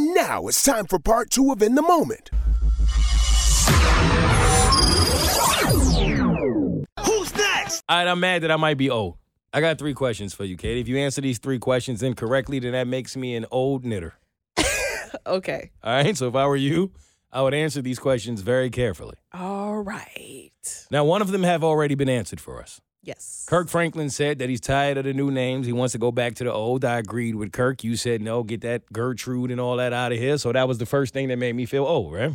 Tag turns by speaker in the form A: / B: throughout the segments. A: Now it's time for part two of In the Moment.
B: Who's next?
C: All right, I'm mad that I might be old. I got three questions for you, Kate. If you answer these three questions incorrectly, then that makes me an old knitter.
D: Okay.
C: All right, so if I were you, I would answer these questions very carefully.
D: All right.
C: Now, one of them have already been answered for us.
D: Yes.
C: Kirk Franklin said that he's tired of the new names. He wants to go back to the old. I agreed with Kirk. You said no, get that Gertrude and all that out of here. So that was the first thing that made me feel old, right?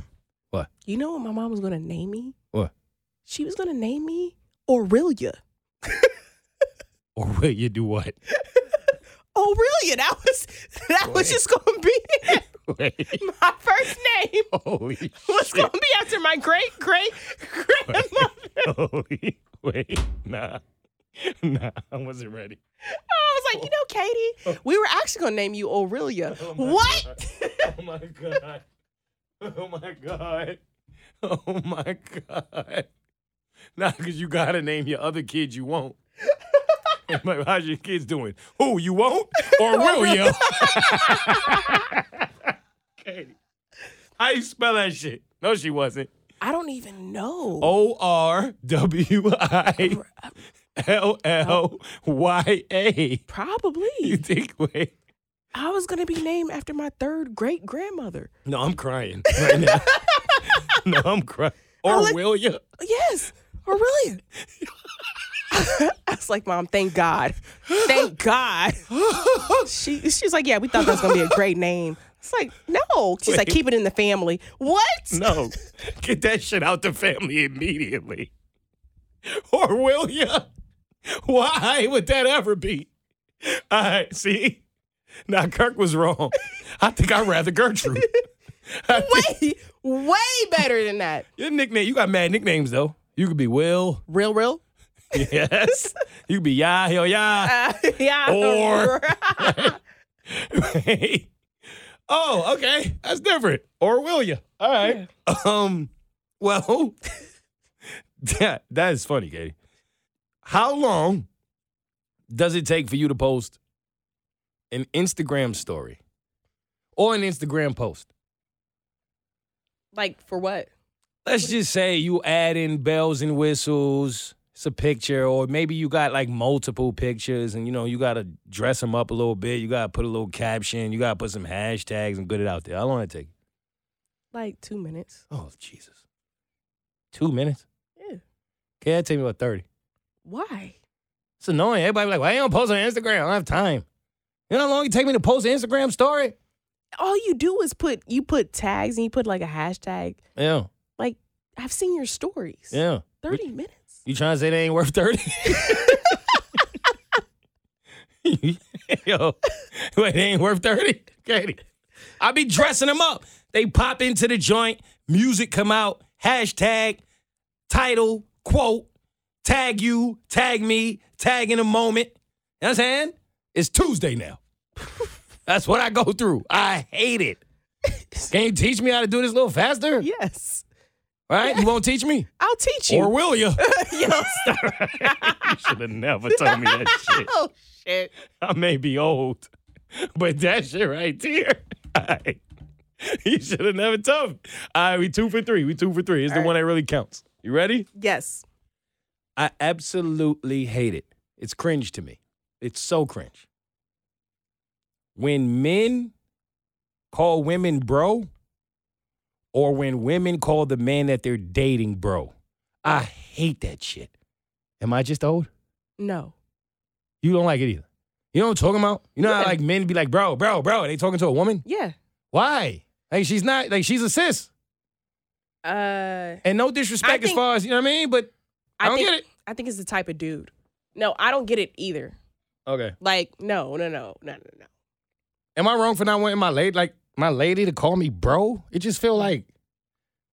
D: You know what my mom was going to name me?
C: What?
D: She was going to name me Aurelia.
C: Or will you do what?
D: Aurelia. That was that was just going to be
C: Wait,
D: my first name.
C: holy
D: Was going to be after my great great grandmother.
C: Holy, wait, nah. Nah, I wasn't ready.
D: I was like, you know, Katie, we were actually going to name you Aurelia. what?
C: Oh my god. Oh my god. Oh my god. Nah, cause you gotta name your other kids you won't. I'm like, how's your kids doing? Who you won't or will you? Katie, how you spell that shit? No, she wasn't.
D: I don't even know.
C: O R W I L L Y A. You
D: Probably.
C: think? Wait.
D: I was going to be named after my third great grandmother.
C: No, I'm crying right now. no, I'm crying. Or
D: like-
C: will you?
D: Yes, Aurelia. I was like, Mom, thank God. Thank God. She she's like, Yeah, we thought that was gonna be a great name. It's like, no. She's like,
C: Wait.
D: keep it in the family. What?
C: No. Get that shit out the family immediately. Or will you? Why would that ever be? All right, see? Now, Kirk was wrong. I think I'd rather Gertrude. I think-
D: Way, way better than that.
C: your nickname, you got mad nicknames, though. You could be Will.
D: Real, real?
C: Yes. you could be Yah, Hell Yah.
D: Uh, yeah.
C: Or- Right? oh, okay. That's different. Or will you? All right. Um, well, that, that is funny, Katie. How long does it take for you to post an Instagram story or an Instagram post?
D: like for what?
C: Let's just say you add in bells and whistles. It's a picture, or maybe you got like multiple pictures, and you know you gotta dress them up a little bit. You gotta put a little caption. You gotta put some hashtags and put it out there. How long it take?
D: Like two minutes.
C: Oh Jesus, two minutes?
D: Yeah.
C: Okay, that take me about thirty.
D: Why?
C: It's annoying. Everybody be like, why you don't post on Instagram? I don't have time. You know how long it take me to post an Instagram story?
D: All you do is put you put tags and you put like a hashtag.
C: Yeah,
D: Like, I've seen your stories.
C: yeah.
D: Thirty minutes.
C: You trying to say they ain't worth 30? Yo, wait, they ain't worth 30? Katie, I be dressing them up. They pop into the joint, music come out, hashtag, title, quote, tag you, tag me, tag in a moment. You know what I'm saying? It's Tuesday now. That's what I go through. I hate it. Can you teach me how to do this a little faster?
D: Yes.
C: Right? You won't teach me?
D: I'll teach
C: Or
D: you.
C: will you?
D: Yes.
C: you should have never told me that shit.
D: Oh shit.
C: I may be old, but that shit right there. I, you should have never told me. All right, we two for three. We two for three. It's the
D: All right.
C: one that really counts. You ready?
D: Yes.
C: I absolutely hate it. It's cringe to me. It's so cringe. When men call women bro, or when women call the man that they're dating bro, I hate that shit. Am I just old?
D: No.
C: You don't like it either. You know what I'm talking about? You know how
D: Yeah.
C: like men be like, bro, bro, bro, they talking to a woman?
D: Yeah.
C: Why? Like she's not like she's a sis.
D: Uh
C: And no disrespect
D: I
C: as
D: think-
C: far as you know what I mean, but I, don't
D: think,
C: get it.
D: I think it's the type of dude. No, I don't get it either.
C: Okay.
D: Like, no, no, no, no, no, no.
C: Am I wrong for not wanting my lady like my lady to call me bro? It just
D: Mm.
C: feel like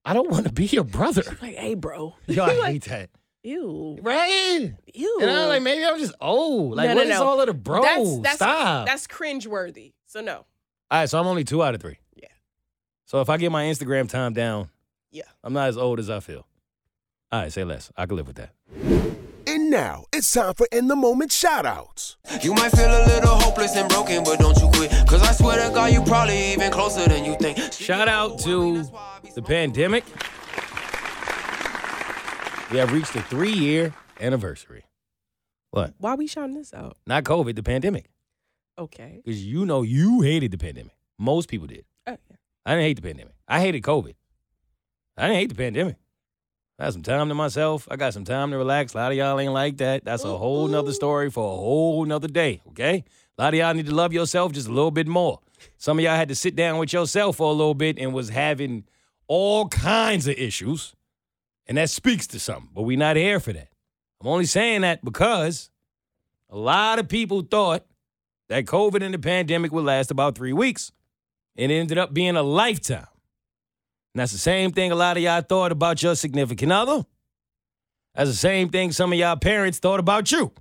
C: I don't want to be your brother.
D: Like, hey, bro.
C: Yo, I hate that.
D: Ew.
C: Right?
D: Ew.
C: And I'm like, maybe I'm just old. Like,
D: No,
C: what is
D: no, no.
C: all of the bro?
D: that's, that's,
C: Stop.
D: That's cringeworthy. So no.
C: all right, so I'm only two out of three.
D: Yeah.
C: So if I get my Instagram time down,
D: Yeah.
C: I'm not as old as I feel. All right, say less. I can live with that.
A: And now it's time for In the Moment shoutouts.
E: You might feel a little hopeless and broken, but don't you quit. Cause I swear to God, you probably even closer than you think.
C: Shout out to the pandemic. We have reached a three year anniversary. What?
D: Why we shouting this out?
C: Not COVID, the pandemic.
D: Okay.
C: Because you know you hated the pandemic. Most people did.
D: Oh, yeah.
C: I didn't hate the pandemic. I hated COVID. I didn't hate the pandemic. I had some time to myself. I got some time to relax. A lot of y'all ain't like that. That's a whole nother story for a whole nother day, okay? A lot of y'all need to love yourself just a little bit more. Some of y'all had to sit down with yourself for a little bit and was having all kinds of issues. And that speaks to something, but we not here for that. I'm only saying that because a lot of people thought that COVID and the pandemic would last about three weeks. And it ended up being a lifetime. And that's the same thing a lot of y'all thought about your significant other. That's the same thing some of y'all parents thought about you.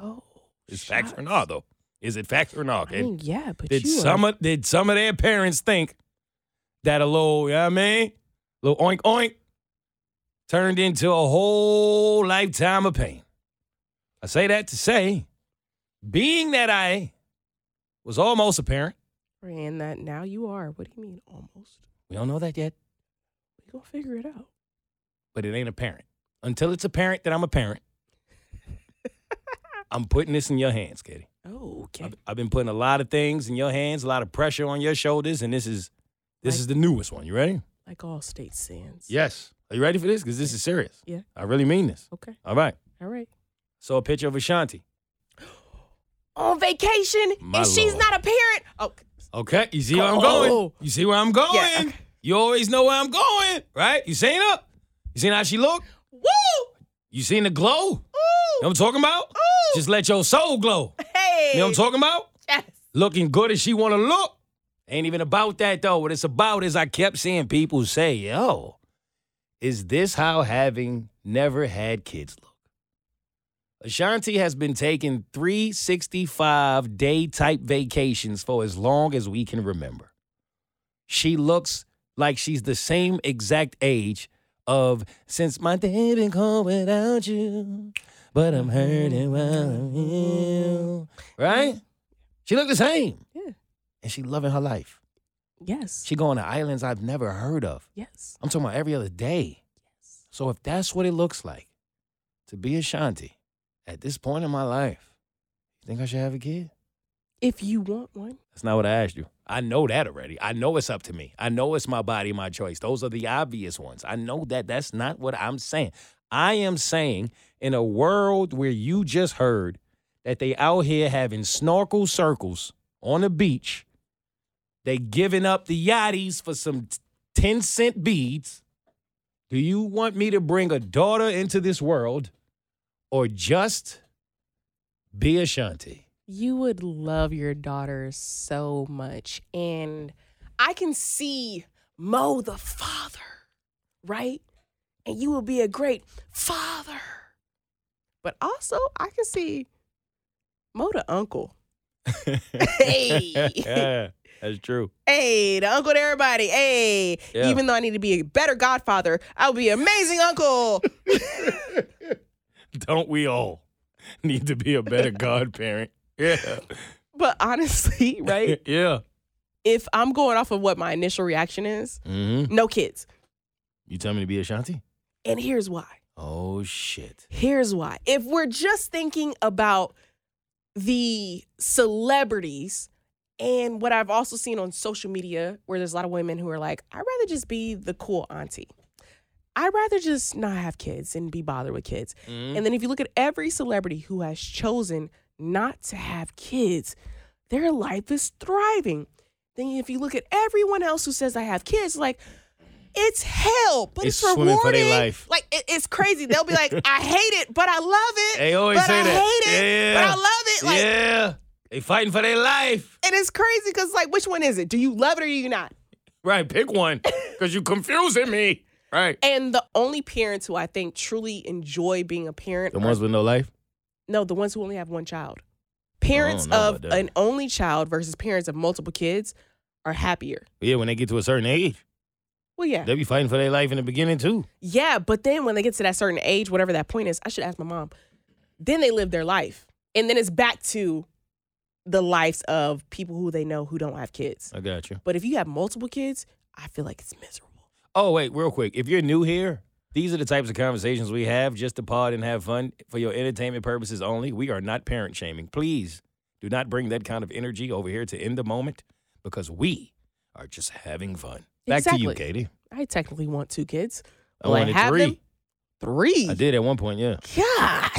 D: Oh.
C: It's facts or not, though. Is it facts or not?
D: I mean, yeah, but
C: did
D: you
C: some
D: are,
C: of did some of their parents think that a little, you know what I mean? Little oink oink turned into a whole lifetime of pain. I say that to say, being that I was almost a parent,
D: and that now you are. What do you mean almost?
C: we don't know that yet,
D: We gonna figure it out.
C: but it ain't apparent. Until it's apparent that I'm a parent, I'm putting this in your hands, Katie.
D: Oh, okay.
C: I've, I've been putting a lot of things in your hands, a lot of pressure on your shoulders, and this is this
D: Like-
C: is the newest one. You ready?
D: Like all state sins.
C: Yes. Are you ready for this? Because this is serious.
D: Yeah.
C: I really mean this.
D: Okay.
C: All right.
D: All right.
C: So a picture of Ashanti.
D: On vacation,
C: My
D: and she's
C: lord.
D: not a parent. Oh,
C: Okay. You see where I'm
D: Oh.
C: going. You see where I'm going.
D: Yeah, okay.
C: You always know where I'm going, right? You seen up? You seen how she look?
D: woo!
C: You seen the glow? You know what I'm talking about? Just let your soul glow.
D: Hey.
C: You know what I'm talking about?
D: yes.
C: looking good as she want to look. Ain't even about that though. What it's about is I kept seeing people say, "Yo, is this how having never had kids look?" Ashanti has been taking 365 day type vacations for as long as we can remember. She looks like she's the same exact age of since my day been cold without you, but I'm hurting while I'm here. Right? She looked the same.
D: Yeah.
C: And she loving her life.
D: Yes.
C: She going to islands I've never heard of.
D: yes.
C: I'm talking about every other day. So if that's what it looks like to be Ashanti at this point in my life, you think I should have a kid?
D: If you want one,
C: That's not what I asked you. I know that already. I know it's up to me. I know it's my body, my choice. Those are the obvious ones. I know that that's not what I'm saying. I am saying in a world where you just heard that they out here having snorkel circles on the beach, they giving up the yachties for some t- 10 cent beads. Do you want me to bring a daughter into this world or just be Ashanti?
D: you would love your daughter so much. And I can see Mo the father, right? And you will be a great father. But also, I can see Mo the uncle. hey.
C: yeah, that's true.
D: Hey, the uncle to everybody. Hey,
C: Yeah.
D: even though I need to be a better godfather, I'll be an amazing uncle.
C: Don't we all need to be a better godparent? Yeah.
D: but honestly, right?
C: Yeah.
D: if I'm going off of what my initial reaction is,
C: Mm-hmm.
D: no kids.
C: You tell me to be Ashanti?
D: And here's why.
C: Oh, shit.
D: Here's why. If we're just thinking about the celebrities and what I've also seen on social media, where there's a lot of women who are like, I'd rather just be the cool auntie. I'd rather just not have kids and be bothered with kids.
C: Mm-hmm.
D: And then if you look at every celebrity who has chosen not to have kids, their life is thriving. Then if you look at everyone else who says I have kids, like it's hell, but
C: It's
D: it's,
C: swimming
D: rewarding.
C: for their life.
D: Like it- it's crazy. They'll be like, I hate it, but I love it.
C: They always
D: but
C: say
D: I
C: that.
D: hate it,
C: Yeah.
D: but I love it. Like,
C: yeah. They fighting for their life.
D: and it's crazy because like, which one is it? Do you love it or do you not?
C: Right, pick one. Because you confusing me. Right.
D: And the only parents who I think truly enjoy being a parent
C: The
D: are
C: ones with no life?
D: No, the ones who only have one child. Parents
C: know
D: of
C: about that.
D: an only child versus parents of multiple kids are happier.
C: Yeah, when they get to a certain age.
D: Well, yeah.
C: They be fighting for their life in the beginning too.
D: yeah, but then when they get to that certain age, whatever that point is, I should ask my mom. Then they live their life. And then it's back to the lives of people who they know who don't have kids.
C: I got you.
D: But if you have multiple kids, I feel like it's miserable.
C: Oh, wait, real quick. If you're new here, these are the types of conversations we have just to pod and have fun for your entertainment purposes only. We are not parent shaming. Please do not bring that kind of energy over here to end the moment because we are just having fun. Back to you,
D: Exactly.
C: Katie.
D: I technically want two kids.
C: I
D: Will I
C: wanted
D: have
C: three.
D: them? Three.
C: I did at one point, yeah.
D: God,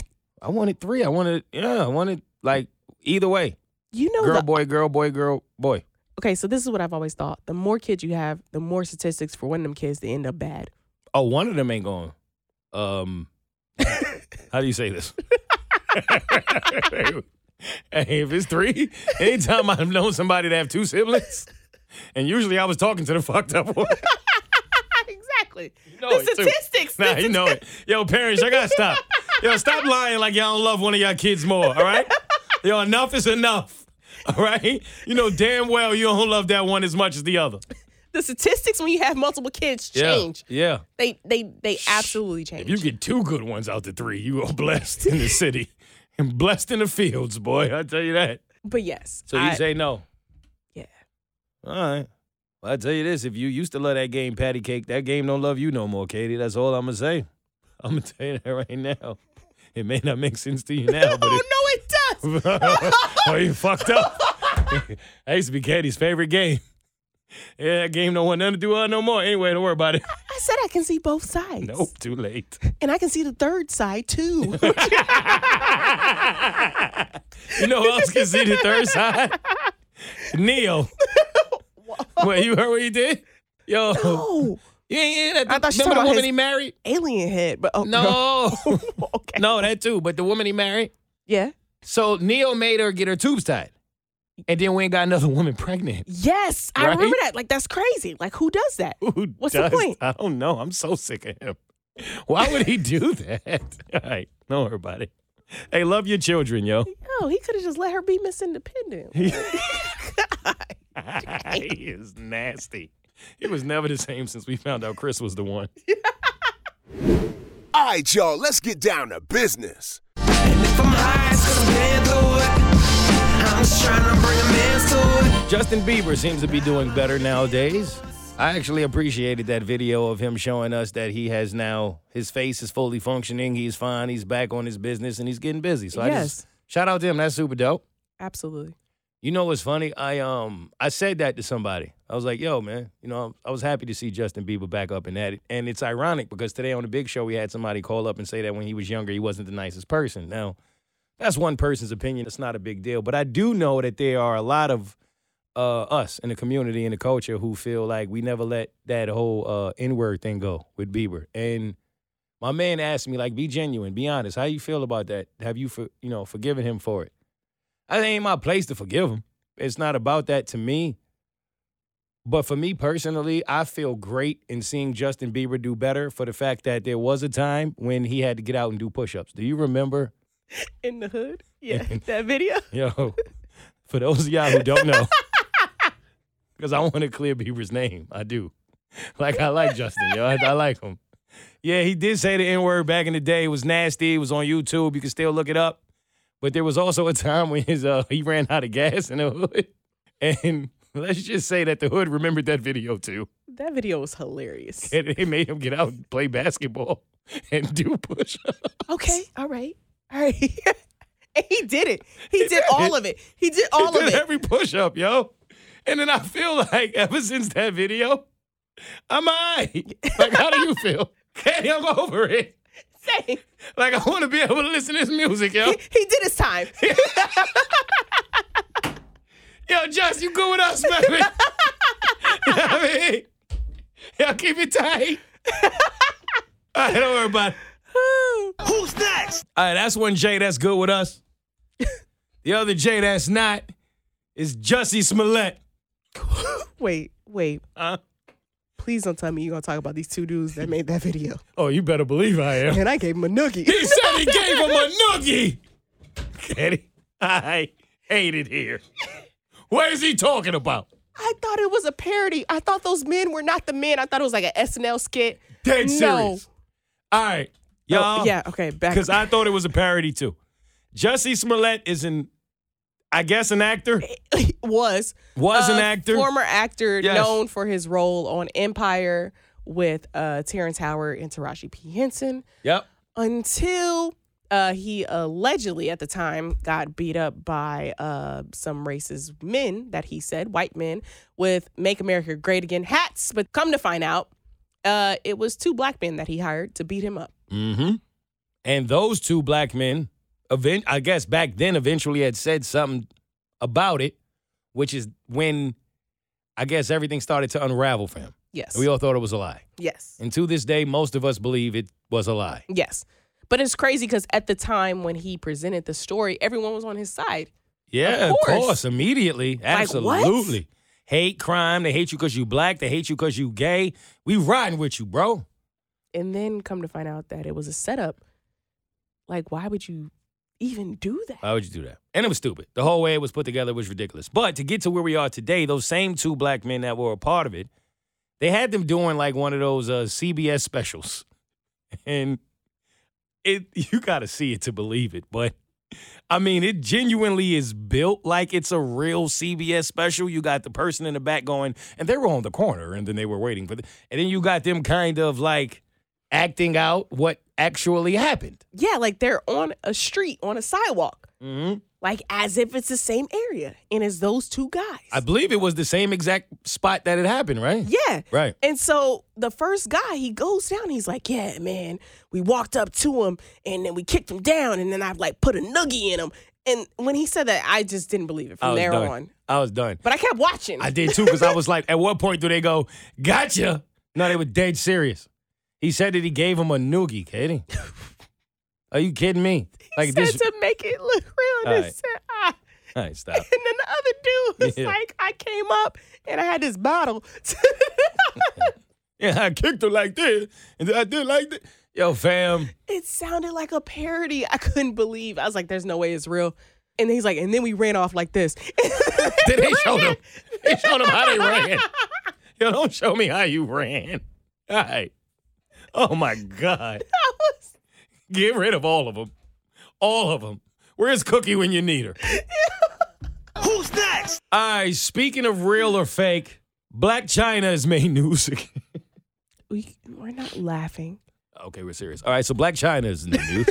C: I wanted three. I wanted, yeah, I wanted like either way.
D: you know
C: Girl,
D: the
C: boy, girl, boy, girl, boy.
D: okay, so this is what I've always thought. The more kids you have, the more statistics for one of them kids to end up bad.
C: Oh, one of them ain't going. Um, how do you say this? hey, if it's three, anytime I've known somebody to have two siblings, and usually I was talking to the fucked up one.
D: exactly.
C: know
D: the
C: it, too.
D: statistics.
C: Nah, you know it. Yo, parents, y'all gotta stop. Yo, stop lying like y'all don't love one of y'all kids more, all right? Yo, enough is enough. All right? You know damn well you don't love that one as much as the other.
D: The statistics when you have multiple kids
C: Yeah.
D: change.
C: Yeah.
D: They they they absolutely change.
C: If you get two good ones out the three, you are blessed in the city and blessed in the fields, boy. I tell you that.
D: but yes.
C: So you
D: I-
C: say no.
D: Yeah.
C: All right. Well, I tell you this: if you used to love that game, patty cake, that game don't love you no more, Katie. That's all I'm gonna say. I'm gonna tell you that right now. It may not make sense to you now, but
D: Oh
C: it,
D: no, it does.
C: oh, you fucked up. that used to be Katie's favorite game. Yeah, that game don't want nothing to do with her no more. Anyway, don't worry about it.
D: I said I can see both sides.
C: Nope, too late.
D: And I can see the third side too.
C: You know who else can see the third side? Neo. Wait, you heard what he did? Yo,
D: oh.
C: you ain't hear that?
D: I thought she
C: Remember
D: talking
C: the
D: about
C: woman
D: his-
C: he married?
D: Alien head, but oh
C: No.
D: okay.
C: no, that too. But the woman he married.
D: Yeah.
C: So Neo made her get her tubes tied. And then we ain't got another woman pregnant.
D: Yes, I
C: Right?
D: remember that. Like that's crazy. Like who does that?
C: Who
D: What's the
C: does-
D: point?
C: I don't know. I'm so sick of him. Why would he do that? All right. Don't worry about it. Hey, love your children, yo.
D: Oh, he could have just let her be Miss Independent.
C: he is nasty. He was never the same since we found out Chris was the one.
A: All right, y'all, let's get down to business.
B: If I'm high, it's 'cause I'm head through it. I'm just trying to bring a man to it.
C: Justin Bieber seems to be doing better nowadays. I actually appreciated that video of him showing us that he has now his face is fully functioning. He's fine. He's back on his business and he's getting busy. So I just
D: Yes.
C: shout out to him. That's super dope.
D: Absolutely.
C: You know what's funny? I um I said that to somebody. I was like, "Yo, man, you know, I was happy to see Justin Bieber back up and at it." And it's ironic because today on the Big Show, we had somebody call up and say that when he was younger, he wasn't the nicest person. Now, that's one person's opinion. It's not a big deal, but I do know that there are a lot of uh, us in the community in the culture who feel like we never let that whole uh, N-word thing go with Bieber. And my man asked me, like, be genuine, be honest. How you feel about that? Have you, for, you know, forgiven him for it? I think it ain't my place to forgive him. It's not about that to me. But for me personally, I feel great in seeing Justin Bieber do better for the fact that there was a time when he had to get out and do push-ups. Do you remember?
D: In the hood? Yeah. that video?
C: Yo, for those of y'all who don't know, because I want to clear Bieber's name. I do. Like, I like Justin, yo. I, I like him. Yeah, he did say the N word back in the day. It was nasty. It was on YouTube. You can still look it up. But there was also a time when his uh, he ran out of gas in the hood. And let's just say that the hood remembered that video too.
D: That video was hilarious.
C: And it made him get out and play basketball and do push ups.
D: Okay. All right. All right. and he did it. He did all of it. He did all of
C: did
D: it.
C: every push up, yo. And then I feel like ever since that video, I'm I. Like, how do you feel? Hey, I'm over it.
D: Same.
C: Like, I want to be able to listen to this music, yo.
D: He, he did his time.
C: Yo, Just, you good with us, baby? you know what I mean? Yo, keep it tight. All right, don't worry about it.
B: Who's next?
C: All right, that's one Jay that's good with us. The other Jay that's not is Jussie Smollett.
D: wait, wait.
C: Huh?
D: Please don't tell me you're gonna talk about these two dudes that made that video.
C: Oh, you better believe I am.
D: And I gave him a noogie.
C: He said he gave him a noogie. Kenny, I hate it here. What is he talking about?
D: I thought it was a parody. I thought those men were not the men. I thought it was like an SNL skit.
C: Dead
D: No.
C: serious. All right,
D: Oh,
C: y'all.
D: yeah, okay, back.
C: Because I thought it was a parody too. Jussie Smollett is in. I guess an actor
D: was
C: was an
D: a
C: actor.
D: Eh, uh, former actor
C: Yes.
D: known for his role on Empire with uh, Terrence Howard and Taraji P Henson
C: yep.
D: until uh, he allegedly at the time got beat up by uh, some racist men that he said white men with "Make America Great Again" hats. But come to find out, uh, it was two black men that he hired to beat him up.
C: Mm-hmm. And those two black men, event I guess back then, eventually had said something about it, which is when I guess everything started to unravel for him.
D: Yes.
C: And we all thought it was a lie.
D: yes.
C: And to this day, most of us believe it was a lie.
D: Yes. But it's crazy because at the time when he presented the story, everyone was on his side.
C: Yeah,
D: Of course.
C: immediately.
D: what?
C: Absolutely. Hate crime. They hate you because you black. They hate you because you gay. We riding with you, bro.
D: And then come to find out that it was a setup. Like, why would you even do that?
C: Why would you do that? And it was stupid. The whole way it was put together was ridiculous. But to get to where we are today, those same two black men that were a part of it, they had them doing like one of those uh, CBS specials, and it you got to see it to believe it. But I mean, it genuinely is built like it's a real CBS special. You got the person in the back going, and they were on the corner, and then they were waiting for the, and then you got them kind of like acting out what actually happened.
D: yeah, like they're on a street, on a sidewalk,
C: Mm-hmm.
D: like as if it's the same area and it's those two guys.
C: I believe it was the same exact spot that it happened, right?
D: yeah.
C: Right.
D: And so the first guy, he goes down. He's like, "Yeah, man, we walked up to him and then we kicked him down, and then I've like put a noogie in him." And when he said that, I just didn't believe it
C: I
D: from
C: was
D: there
C: done.
D: on.
C: I was done.
D: But I kept watching.
C: I did too, because I was like, at what point do they go, gotcha? No, they were dead serious. He said that he gave him a noogie, Katie. Are you kidding me? Like
D: said
C: this.
D: to make it look real.
C: All
D: And, it
C: right.
D: said, ah.
C: All right, stop.
D: and then the other dude was
C: Yeah.
D: like, I came up and I had this bottle.
C: Yeah, I kicked her like this, and then I did like this. Yo, fam.
D: it sounded like a parody. I couldn't believe. I was like, there's no way it's real. And he's like, and then we ran off like this.
C: Then they showed him. They showed him how they ran. Yo, don't show me how you ran. All right. Oh my God.
D: I was
C: Get rid of all of them. All of them. Where's Cookie when you need her?
B: Who's next?
C: All right, speaking of real or fake, Black China has made news.
D: we, we're not laughing.
C: okay, we're serious. All right, so Black China is in the news.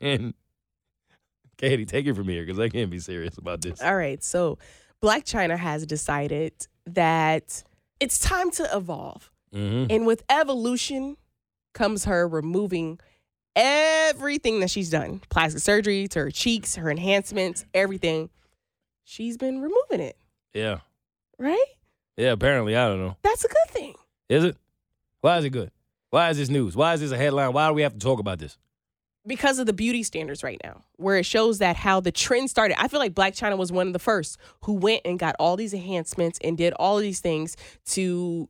C: and Katie, take it from here because I can't be serious about this.
D: All right. So Black China has decided that it's time to evolve.
C: Mm-hmm.
D: And with evolution comes her removing everything that she's done plastic surgery to her cheeks, her enhancements, everything. She's been removing it,
C: Yeah.
D: right?
C: Yeah, apparently. I don't know.
D: That's a good thing.
C: Is it? Why is it good? Why is this news? Why is this a headline? Why do we have to talk about this?
D: Because of the beauty standards right now, where it shows that how the trend started. I feel like Black China was one of the first who went and got all these enhancements and did all these things to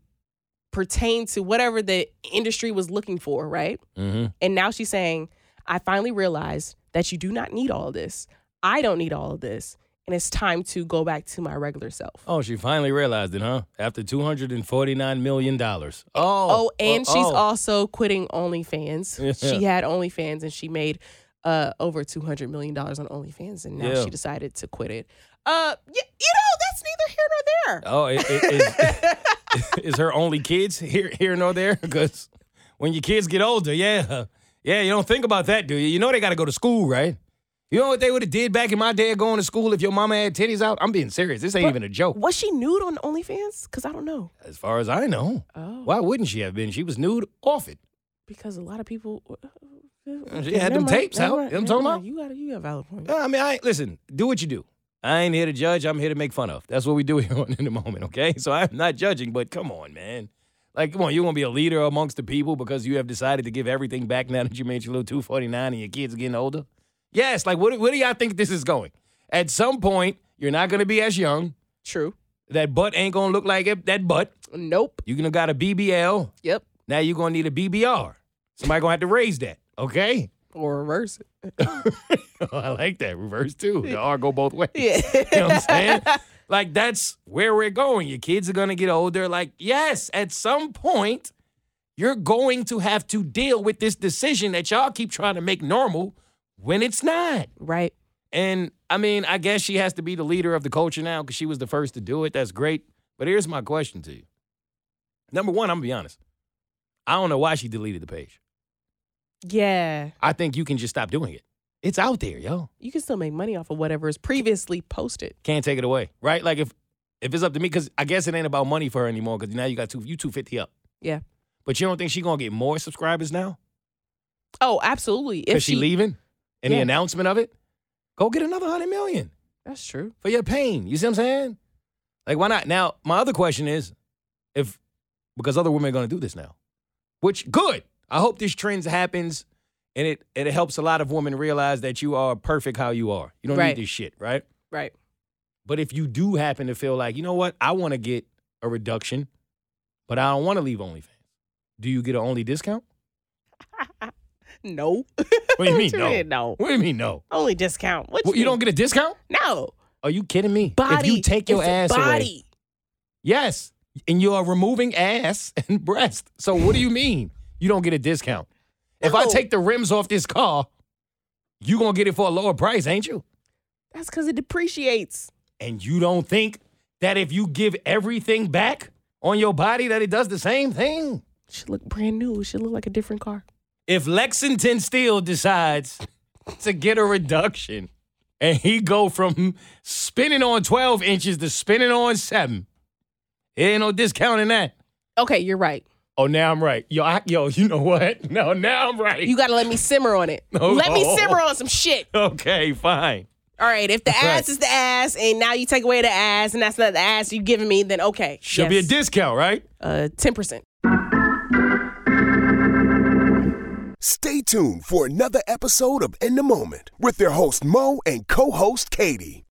D: pertain to whatever the industry was looking for, right?
C: Mm-hmm.
D: And now she's saying, I finally realized that you do not need all of this. I don't need all of this. And it's time to go back to my regular self.
C: Oh, she finally realized it, huh? After $249 million. Oh.
D: Oh,
C: Oh,
D: and she's
C: oh.
D: also quitting OnlyFans.
C: Yeah.
D: She had OnlyFans and she made uh, over $200 million on OnlyFans. And now
C: Yeah.
D: she decided to quit it. Uh, y- you know, that's neither here nor there.
C: Oh, i- i- is, is her only kids here, here nor there? Because when your kids get older, yeah, yeah, you don't think about that, do you? You know they got to go to school, right? You know what they would have did back in my day, of going to school if your mama had titties out. I'm being serious. This ain't even a joke.
D: Was she nude on OnlyFans? Because I don't know.
C: As far as I know,
D: Oh,
C: why wouldn't she have been? She was nude off it.
D: because a lot of people. uh,
C: She had
D: Never
C: them
D: mind,
C: tapes out. You know
D: never mind,
C: what I'm
D: never
C: talking
D: mind.
C: about?
D: You got a, you got a valid point.
C: I mean, I listen. Do what you do. I ain't here to judge. I'm here to make fun of. That's what we do here on in the moment. Okay, so I'm not judging, but come on, man. Like, come on, you want to be a leader amongst the people because you have decided to give everything back now that you made your little 249 and your kids are getting older? Yes. Like, what, where do y'all think this is going? At some point, you're not gonna be as young.
D: True.
C: That butt ain't gonna look like it, that butt.
D: Nope.
C: You're gonna got a BBL.
D: Yep.
C: Now you're gonna need a BBR. Somebody gonna have to raise that. Okay.
D: Or reverse it.
C: I like that reverse too. The R go both ways.
D: Yeah.
C: You know what I'm saying? like that's where we're going. Your kids are gonna get older. Like, yes, at some point, you're going to have to deal with this decision that y'all keep trying to make normal when it's not.
D: right.
C: And I mean, I guess she has to be the leader of the culture now because she was the first to do it. That's great. But here's my question to you. Number one, I'm gonna be honest. I don't know why she deleted the page.
D: Yeah.
C: I think you can just stop doing it. It's out there, yo.
D: You can still make money off of whatever is previously posted.
C: Can't take it away, right? Like if if it's up to me, because I guess it ain't about money for her anymore. Because now you got two, you two fifty up.
D: Yeah.
C: But you don't think she gonna get more subscribers now?
D: Oh, absolutely. If
C: Because she, leaving and the
D: Yeah.
C: announcement of it, go get another hundred million
D: That's true.
C: for your pain. You see what I'm saying? Like, why not? Now, my other question is if, because other women are going to do this now, which good. I hope this trend happens and it, and it helps a lot of women realize that you are perfect how you are. You don't
D: Right.
C: need this shit, right?
D: Right.
C: But if you do happen to feel like, you know what, I want to get a reduction, but I don't want to leave OnlyFans, do you get an only discount?
D: No.
C: What do you mean,
D: you
C: no?
D: mean, no?
C: What do you mean, no?
D: Only discount. What
C: What, you don't get a discount?
D: mean? No.
C: Are you kidding me?
D: Body.
C: If you take your
D: It's a
C: ass
D: body.
C: away, yes, and you are removing ass and breast. So what do you mean you don't get a discount? If I
D: No.
C: take the rims off this car, you gonna get it for a lower price, ain't you?
D: That's because it depreciates.
C: And you don't think that if you give everything back on your body that it does the same thing?
D: Should look brand new. It should look like a different car.
C: If Lexington Steel decides to get a reduction and he go from spinning on 12 inches to spinning on seven, it ain't no discounting that.
D: Okay, you're right.
C: Oh, now I'm right. Yo, I, yo, you know what? No, now I'm right.
D: You got to let me simmer on it.
C: No.
D: Let me simmer on some shit.
C: okay, fine.
D: All right, if the
C: Right.
D: ass is the ass, and now you take away the ass, and that's not the ass you're giving me, then okay.
C: Should be a discount, right?
D: Uh, 10%.
A: Stay tuned for another episode of In the Moment with their host Mo and co-host Katie.